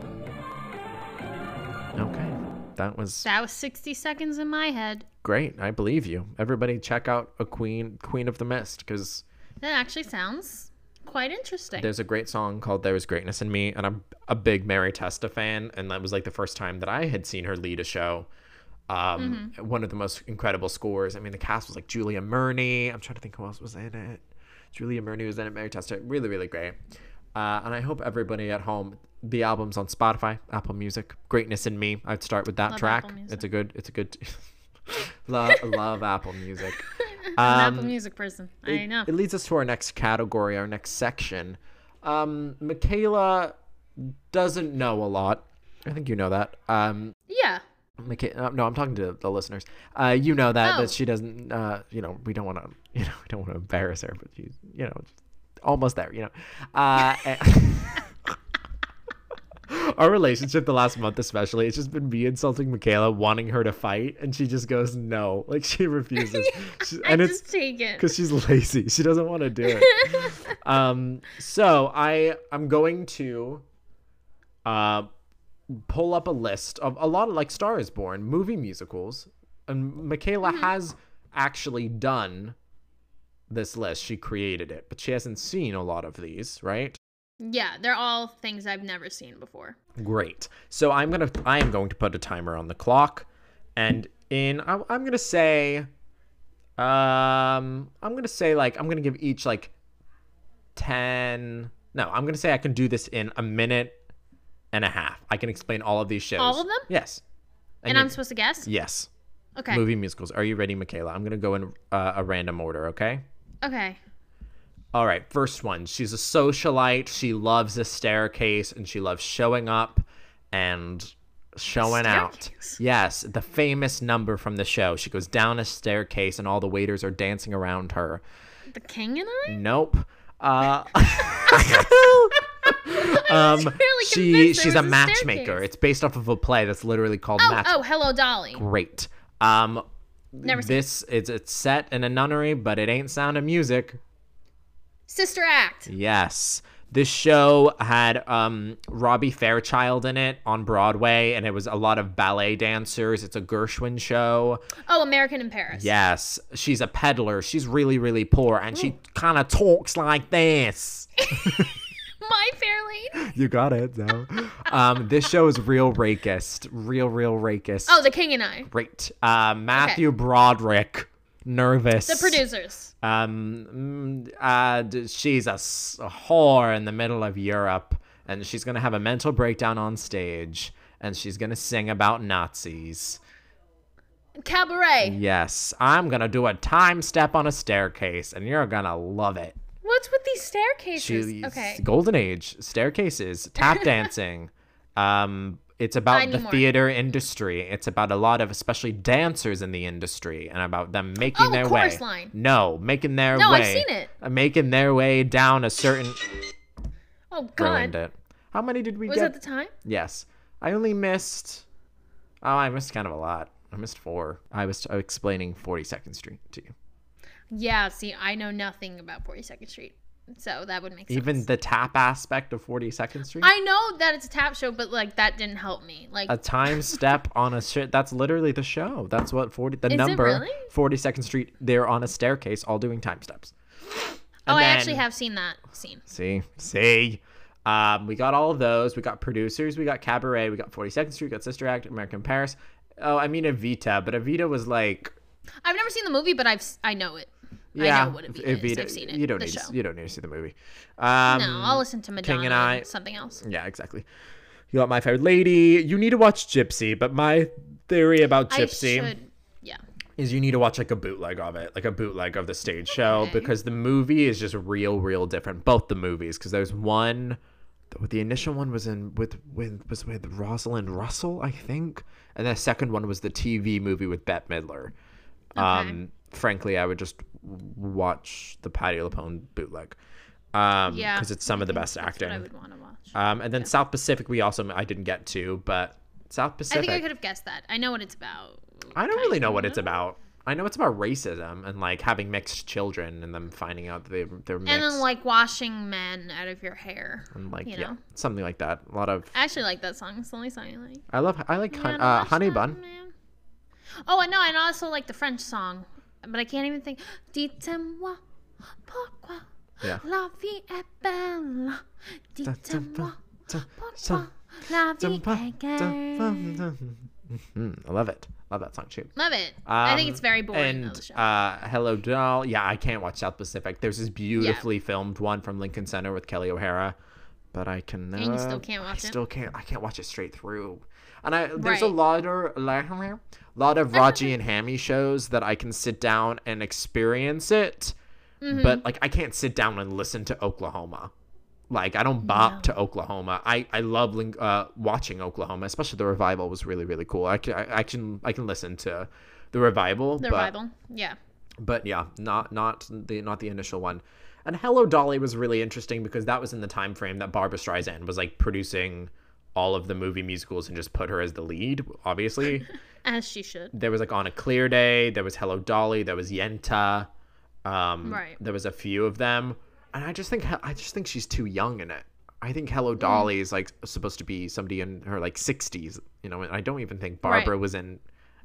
B: Okay. That was
D: That was 60 seconds in my head.
B: great i believe you everybody check out a queen queen of the mist because
D: That actually sounds quite interesting.
B: there's a great song called there is greatness in me and i'm a big mary testa fan and that was like the first time that i had seen her lead a show um
D: Mm-hmm.
B: one of the most incredible scores i mean the cast was like julia murney i'm trying to think who else was in it julia murney was in it mary testa really really great uh, and i hope everybody at home the album's on spotify apple music greatness in me i'd start with that
D: Love
B: track
D: Apple Music.
B: it's a good it's a good love love apple music
D: I'm
B: um,
D: an Apple Music person. I know.
B: it leads us to our next category, our next section. Um, Michaela doesn't know a lot. I think you know that. Um,
D: yeah.
B: Micha- uh, no, I'm talking to the listeners. Uh, you know that
D: Oh.
B: that she doesn't. Uh, you know, we don't want to. You know, we don't want to embarrass her, but she's you know just almost there. You know, uh, and- Our relationship the last month, especially, it's just been me insulting Michaela, wanting her to fight, and she just goes no, like she refuses, She- and
D: I
B: it's
D: just take it.
B: because she's lazy. She doesn't want to do it. um, so I I'm going to uh, pull up a list of a lot of like Star is Born movie musicals, and Michaela has actually done this list. She created it, but she hasn't seen a lot of these, right?
D: Yeah, they're all things I've never seen before.
B: Great. So I'm gonna I am going to put a timer on the clock, and in I, I'm gonna say, um, I'm gonna say like I'm gonna give each like ten. No, I'm gonna say I can do this in a minute and a half. I can explain all of these shows.
D: All of them?
B: Yes.
D: And,
B: you-
D: I'm supposed to guess?
B: yes.
D: Okay.
B: Movie musicals. Are you ready, Michaela? I'm gonna go in uh, a random order. Okay.
D: Okay.
B: All right, first one. She's a socialite. She loves a staircase and she loves showing up and showing out.
D: Staircase?
B: Yes, the famous number from the show. She goes down a staircase and all the waiters are dancing around her.
D: The King and I?
B: Nope. Uh, um,
D: really
B: she
D: convinced there
B: she's a
D: was a
B: matchmaker.
D: staircase.
B: It's based off of a play that's literally called
D: Oh,
B: Match
D: oh, hello, Dolly.
B: great. Um,
D: Never seen
B: this is it's set in a nunnery, but it ain't Sound of Music.
D: Sister Act.
B: Yes, this show had um, Robbie Fairchild in it on Broadway, and it was a lot of ballet dancers. It's a Gershwin show.
D: Oh, American in Paris.
B: Yes, she's a peddler. She's really really poor, and she kind of talks like this.
D: My Fair Lady.
B: You got it. though. um, this show is real rakist, real real rakist.
D: Oh, The King and I.
B: great. Uh, Matthew Broderick, nervous.
D: The producers.
B: Um, mm, uh, d- she's a, s- a whore in the middle of Europe, and she's gonna have a mental breakdown on stage, and she's gonna sing about Nazis.
D: Cabaret.
B: Yes, I'm gonna do a time step on a staircase, and you're gonna love it.
D: What's with these staircases?
B: She's
D: okay.
B: Golden Age staircases, tap dancing. um, it's
D: I
B: about
D: need
B: the
D: more.
B: theater industry. It's about a lot of especially dancers in the industry and about them making
D: Oh,
B: their way.
D: Chorus Line.
B: No, making their
D: No,
B: way.
D: I've seen it.
B: uh, Making their way down a certain
D: Oh,
B: ruined
D: God.
B: it. How many did we
D: Was
B: get?
D: that the time?
B: yes, I only missed. Oh, I missed kind of a lot. I missed four. I was uh, explaining 42nd Street to you.
D: Yeah, see, I know nothing about 42nd Street. So that would make sense.
B: Even the tap aspect of 42nd Street.
D: I know that it's a tap show, but like that didn't help me. Like
B: a time step on a shit. That's literally the show. That's what forty. The
D: it
B: number
D: really?
B: Forty Second Street. They're on a staircase, all doing time steps.
D: Oh,
B: And
D: I actually
B: then-
D: have seen that scene.
B: See, see. Um, we got all of those. We got producers. We got cabaret. We got Forty Second Street. We got Sister Act. American Paris. Oh, I mean Evita, but Evita was like,
D: I've never seen the movie, but I've s- I know it.
B: yeah,
D: I know what Evita, is. I've seen it.
B: You don't
D: the
B: need. to-
D: show.
B: You don't need to see the movie. Um,
D: no, I'll listen to Madonna
B: and
D: and
B: I-
D: something else.
B: Yeah, exactly. You got my favorite lady. You need to watch Gypsy, but my theory about Gypsy.
D: I should. Yeah.
B: is you need to watch like a bootleg of it, like a bootleg of the stage show,
D: Okay.
B: because the movie is just real, real different. Both the movies, because there's one, the, the initial one was in with with was with Rosalind Russell, I think, and the second one was the TV movie with Bette Midler. Um, frankly, I would just w- watch the Patty LuPone bootleg, um,
D: Yeah,
B: because it's some of the
D: I think
B: best
D: that's
B: acting.
D: What I would want to watch.
B: um, and then South Pacific, we also I didn't get to, but South
D: I
B: Pacific.
D: think I could have guessed that. I know what it's about.
B: I don't really know what it's about. I know it's about racism and like having mixed children and them finding out that they, they're mixed.
D: And then like washing men out of your hair.
B: And, like,
D: you
B: yeah,
D: know.
B: something like that. A lot of
D: I actually like that song. It's the only song I like.
B: I love I like hun-
D: Gotta
B: uh,
D: wash
B: honey
D: that
B: bun.
D: man. Oh, I know, and also like the French song, but I can't even think. Dites-moi pourquoi
B: Yeah.
D: la vie est belle. Dites-moi pourquoi
B: Dun-
D: la
B: dun-
D: vie est
B: dun-
D: gaie.
B: dun. Mhm, I love it. Love that song too.
D: Love it. I think it's
B: Um,
D: very boring. though,
B: And
D: the show.
B: uh, Hello Doll. Yeah, I can't watch South Pacific. There's this beautifully filmed one from Lincoln Center with Kelly O'Hara, but I can.
D: And you still
B: uh,
D: can't
B: I
D: watch it?
B: Still can't. I can't watch it straight through. And I there's a
D: Right.
B: lot of lot of Raji and Hammy shows that I can sit down and experience it,
D: Mm-hmm.
B: but like I can't sit down and listen to Oklahoma. Like I don't bop to Oklahoma. I I love ling- uh, watching Oklahoma, especially the revival was really really cool. I can I, I can I can listen to the revival.
D: the
B: but,
D: revival. Yeah.
B: But yeah, not not the not the initial one. And Hello Dolly was really interesting because that was in the time frame that Barbara Streisand was like producing all of the movie musicals and just put her as the lead, obviously.
D: as she should.
B: there was like On a Clear Day, there was Hello Dolly, there was Yenta. Um,
D: Right.
B: There was a few of them, and I just think I just think she's too young in it. I think
D: Mm.
B: Hello Dolly is like supposed to be somebody in her like 60s, you know. And I don't even think Barbara
D: Right.
B: was in.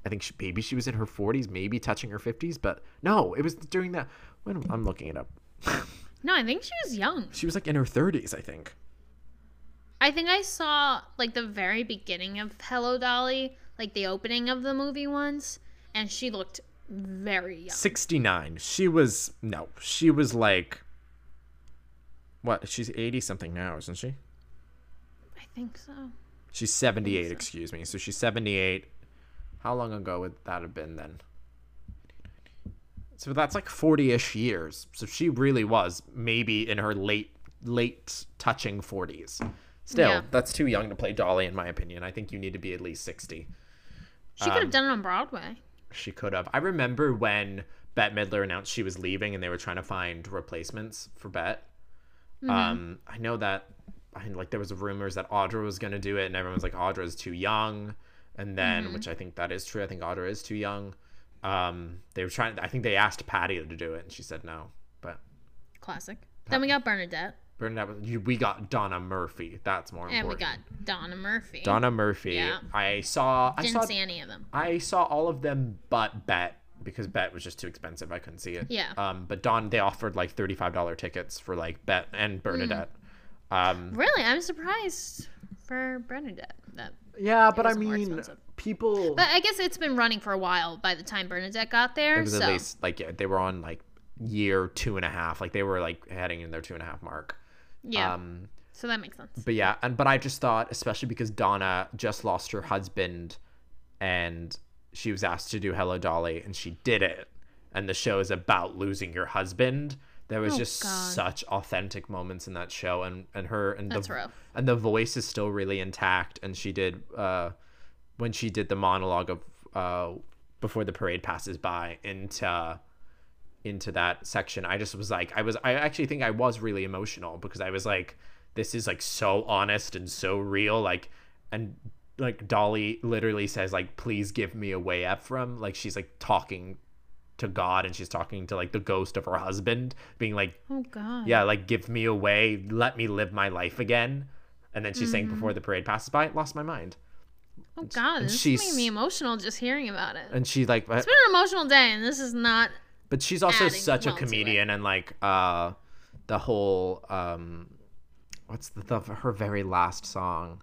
B: I think she, maybe she was in her 40s, maybe touching her 50s, but no, it was during the. When I'm looking it up,
D: No, I think she was young.
B: she was like in her 30s, I think.
D: I think I saw like the very beginning of Hello Dolly, like the opening of the movie once, and she looked very young.
B: 69. She was no, she was like what? She's 80 something now, isn't she?
D: I think so.
B: She's 78, excuse me. So she's 78. How long ago would that have been then? So that's like 40-ish years. So she really was maybe in her late late touching 40s. Still,
D: Yeah.
B: that's too young to play Dolly in my opinion. I think you need to be at least 60.
D: She could
B: Um,
D: have done it on Broadway.
B: She could have. I remember when Bette Midler announced she was leaving and they were trying to find replacements for Bette.
D: Mm-hmm.
B: Um, I know that I like there was rumors that Audra was gonna do it and everyone's like Audra's too young and then
D: Mm-hmm.
B: which I think that is true. I think Audra is too young. Um, they were trying I think they asked Patty to do it and she said no. But
D: Classic. Then we got Bernadette,
B: Bernadette was- you- we got Donna Murphy. That's more
D: and we
B: important.
D: got Donna Murphy.
B: Donna Murphy.
D: Yeah.
B: I saw I
D: Didn't
B: saw
D: see any of them.
B: I saw all of them but Bet because Bet was just too expensive. I couldn't see it.
D: Yeah.
B: Um, but Don, they offered like thirty-five dollar tickets for like Bet and Bernadette.
D: Mm,
B: Um,
D: Really, I'm surprised for Bernadette. That,
B: yeah, but I
D: was more
B: mean,
D: expensive.
B: people.
D: but I guess it's been running for a while by the time Bernadette got there.
B: it was
D: so
B: at least like yeah, they were on like year two and a half. Like they were like heading in their two and a half mark.
D: yeah,
B: Um,
D: so that makes sense.
B: But yeah, and but I just thought, especially because Donna just lost her husband, and she was asked to do Hello Dolly, and she did it, and the show is about losing your husband. There was
D: Oh,
B: just
D: God.
B: such authentic moments in that show, and and her and
D: That's
B: the
D: rough.
B: and the voice is still really intact. And she did uh, when she did the monologue of uh, before the parade passes by into into that section i just was like i was i actually think i was really emotional because i was like this is like so honest and so real like and like dolly literally says like please give me away ephraim like she's like talking to god and she's talking to like the ghost of her husband being like
D: Oh God.
B: yeah like give me away let me live my life again and then she's saying before the parade passes by lost my mind
D: Oh God. This is
B: she's-
D: making me emotional just hearing about it.
B: and she like
D: It's been an emotional day, and this is not
B: but she's also
D: adding
B: such a
D: well to it.
B: comedian and like uh the whole um what's the, the her very last song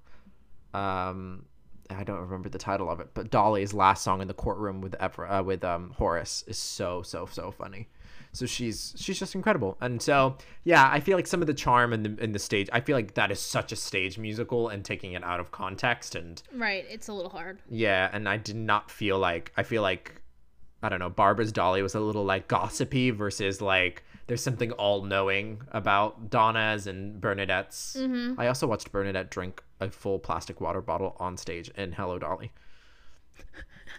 B: um i don't remember the title of it but dolly's last song in the courtroom with Ever, uh, with um horace is so so so funny so she's she's just incredible and so yeah i feel like some of the charm in the in the stage i feel like that is such a stage musical and taking it out of context and
D: right. It's a little hard.
B: yeah, and I did not feel like I feel like I don't know, Barbara's Dolly was a little like gossipy versus like there's something all knowing about Donna's and Bernadette's.
D: Mm-hmm.
B: I also watched Bernadette drink a full plastic water bottle on stage in Hello Dolly.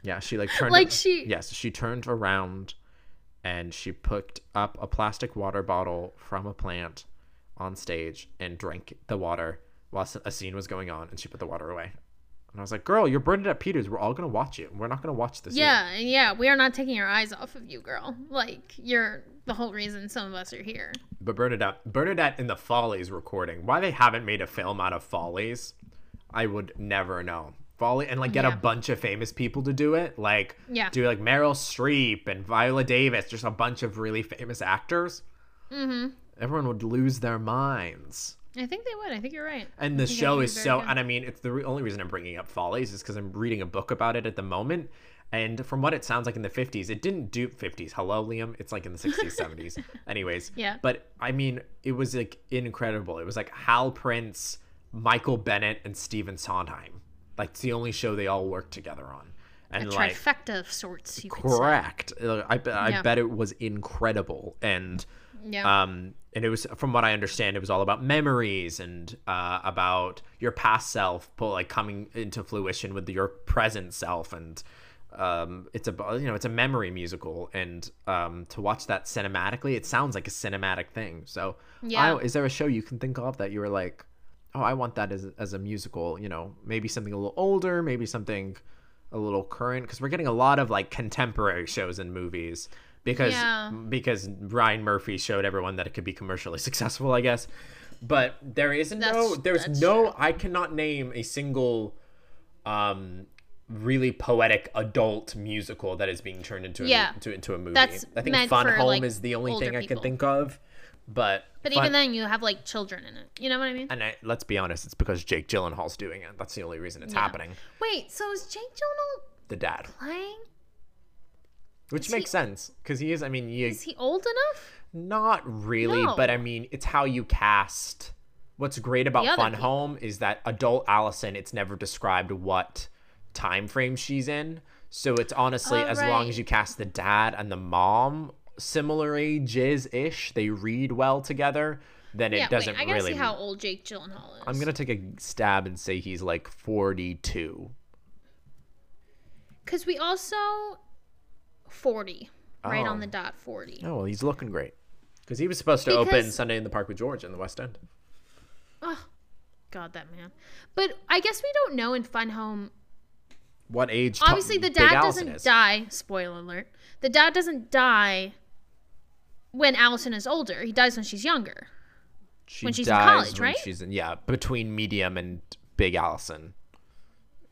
B: Yeah, she like turned
D: Like she-
B: Yes, she turned around and she picked up a plastic water bottle from a plant on stage and drank the water while a scene was going on and she put the water away. And I was like, girl, you're Bernadette Peters. We're all going to watch you. We're not going to watch this. either."
D: Yeah, and yeah, we are not taking our eyes off of you, girl. Like you're the whole reason some of us are here.
B: But Bernadette, Bernadette in the Follies recording. Why they haven't made a film out of Follies, I would never know. Folly and like get a
D: Yeah.
B: bunch of famous people to do it. Like
D: Yeah.
B: do like Meryl Streep and Viola Davis, just a bunch of really famous actors. Mm-hmm. Everyone would lose their minds.
D: I think they would. I think you're right.
B: And the
D: think I
B: show
D: did
B: is
D: very
B: so,
D: good.
B: and I mean, it's the re- only reason I'm bringing up Follies is because I'm reading a book about it at the moment. And from what it sounds like in the 50s, it didn't do 50s. Hello, Liam. It's like in the 60s, 70s. Anyways.
D: Yeah.
B: But I mean, it was like incredible. It was like Hal Prince, Michael Bennett, and Stephen Sondheim. Like, it's the only show they all worked together on. And
D: A
B: like,
D: trifecta of sorts. You could say.
B: correct. Uh, I, be- I
D: Yeah.
B: bet it was incredible. And
D: Yeah.
B: um, and it was from what I understand, it was all about memories and uh, about your past self, but like coming into fruition with your present self, and um, it's a you know it's a memory musical, and um, to watch that cinematically, it sounds like a cinematic thing. So,
D: Yeah.
B: I, is there a show you can think of that you were like, oh, I want that as as a musical. You know, maybe something a little older, maybe something a little current, because we're getting a lot of like contemporary shows and movies. Because
D: Yeah.
B: because Ryan Murphy showed everyone that it could be commercially successful, I guess. But there isn't no
D: That's-
B: there's
D: that's
B: no I cannot name a single um really poetic adult musical that is being turned into a,
D: Yeah.
B: into, into a movie.
D: That's
B: I think
D: meant
B: Fun
D: for,
B: Home
D: like,
B: is the only
D: older
B: thing I can
D: people.
B: think of. But
D: But
B: Fun-
D: even then, you have like children in it. You know what I mean?
B: and I, let's be honest, it's because Jake Gyllenhaal's doing it. That's the only reason it's happening.
D: Wait, so is Jake Gyllenhaal
B: The dad,
D: playing?
B: which makes sense because he is. I mean, you
D: Is he old enough?
B: not really, but
D: No.
B: I mean, it's how you cast. What's great about
D: The other
B: Fun
D: people.
B: Home is that adult Allison. It's never described what time frame she's in, so it's honestly
D: Oh,
B: as long as
D: right.
B: you cast the dad and the mom similar ages ish, they read well together. Then it
D: yeah.
B: doesn't
D: wait, I gotta
B: really.
D: see how old Jake Gyllenhaal is.
B: I'm gonna take a stab and say he's like 42.
D: Because we also 40, right
B: Oh.
D: on the dot 40.
B: Oh well, he's looking great. Because he was supposed to open
D: Because-
B: Sunday in the Park with George in the West End.
D: God, that man. But I guess we don't know in Fun Home.
B: What age? Ta-
D: Obviously, the
B: Big
D: dad
B: Allison
D: doesn't
B: is.
D: die. Spoiler alert. The dad doesn't die when Allison is older. He dies when she's younger.
B: She
D: when she's in college,
B: when
D: right?
B: She's in yeah, between Medium and Big Allison.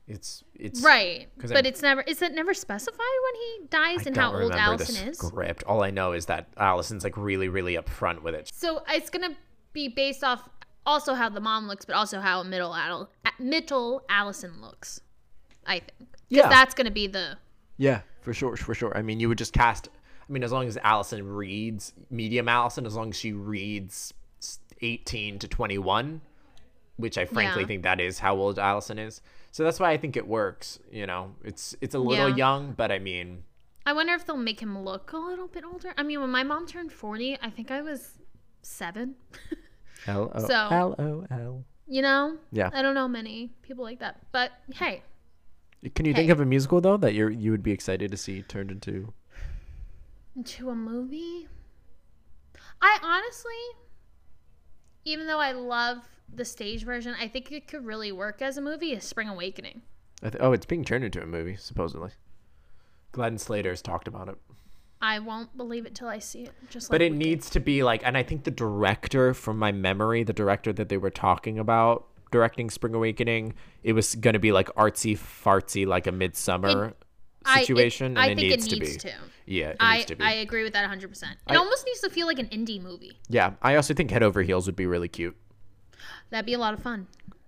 B: It's it's
D: Right.
B: 'Cause
D: But
B: I'm-
D: it's never, is it never specified when he
B: I
D: dies and
B: don't
D: how old
B: remember
D: Allison
B: the
D: is?
B: script. All I know is that Allison's like really really upfront with it.
D: So it's going to be based off also how the mom looks, but also how middle, Al- middle Allison looks, I think. 'Cause
B: Yeah.
D: That's going to be the
B: Yeah, for sure, for sure. I mean, you would just cast. I mean, as long as Allison reads medium Allison, as long as she reads s- eighteen to twenty-one, which I frankly
D: Yeah.
B: think that is how old Allison is. So that's why I think it works. You know, it's it's a little
D: Yeah.
B: young, but I mean,
D: I wonder if they'll make him look a little bit older. I mean, when my mom turned 40, I think I was seven.
B: L O
D: So-
B: O L.
D: You know?
B: Oh. Yeah.
D: I don't know many people like that. But hey,
B: Can you think of a musical though that you you would be excited to see turned into?
D: into a movie? I honestly, even though I love the stage version, I think it could really work as a movie is Spring Awakening.
B: I th- oh, it's being turned into a movie supposedly. Glenn Slater's talked about it.
D: I won't believe it till I see it. Just like
B: But it needs to be like, and I think the director, from my memory, the director that they were talking about directing Spring Awakening, it was going to be like artsy fartsy, like a midsummer
D: I- it-
B: situation,
D: I
B: and it
D: think
B: needs
D: it
B: to be.
D: needs to.
B: Yeah, it
D: I,
B: needs to be.
D: I agree with that 100%. It
B: I-
D: almost needs to feel like an indie movie.
B: yeah, I also think Head Over Heels would be really cute.
D: That'd be a lot of fun.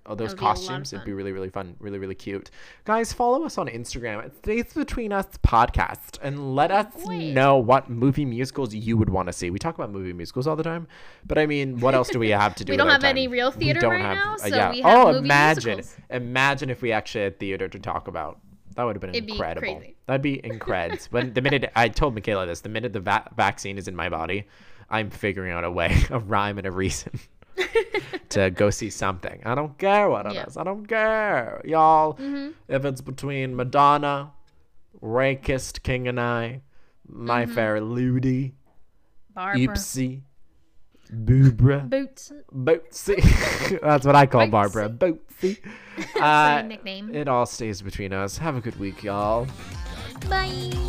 B: Oh, those
D: would be a lot of
B: costumes, it'd be
D: fun.
B: really, really fun, really, really cute. Guys, follow us on Instagram at Stays Between Us Podcast and let us
D: Wait.
B: know what movie musicals you would want to see. We talk about movie musicals all the time, but I mean, what else do we have to do?
D: We
B: with
D: don't
B: our
D: have any
B: time?
D: real
B: We
D: theater
B: don't
D: right now,
B: uh,
D: so we have
B: oh,
D: movie
B: imagine,
D: musicals.
B: imagine if we actually had theater to talk about. That would have been
D: It'd be
B: incredible.
D: crazy.
B: That'd be incredible. when the minute I told Michaela this, the minute the va- vaccine is in my body, I'm figuring out a way, a rhyme and a reason to go see something. I don't care what it is.
D: Yeah. Mm-hmm.
B: I don't care, y'all. If it's between Madonna, Ray Kissed King and I, My Fair Lady,
D: Mm-hmm. Barbara.
B: Ipsy, Boobra,
D: Boots.
B: Bootsy. That's what I call
D: Bootsy.
B: Barbara. Bootsy.
D: That's
B: Uh,
D: my nickname.
B: it all stays between us. Have a good week, y'all.
D: Bye.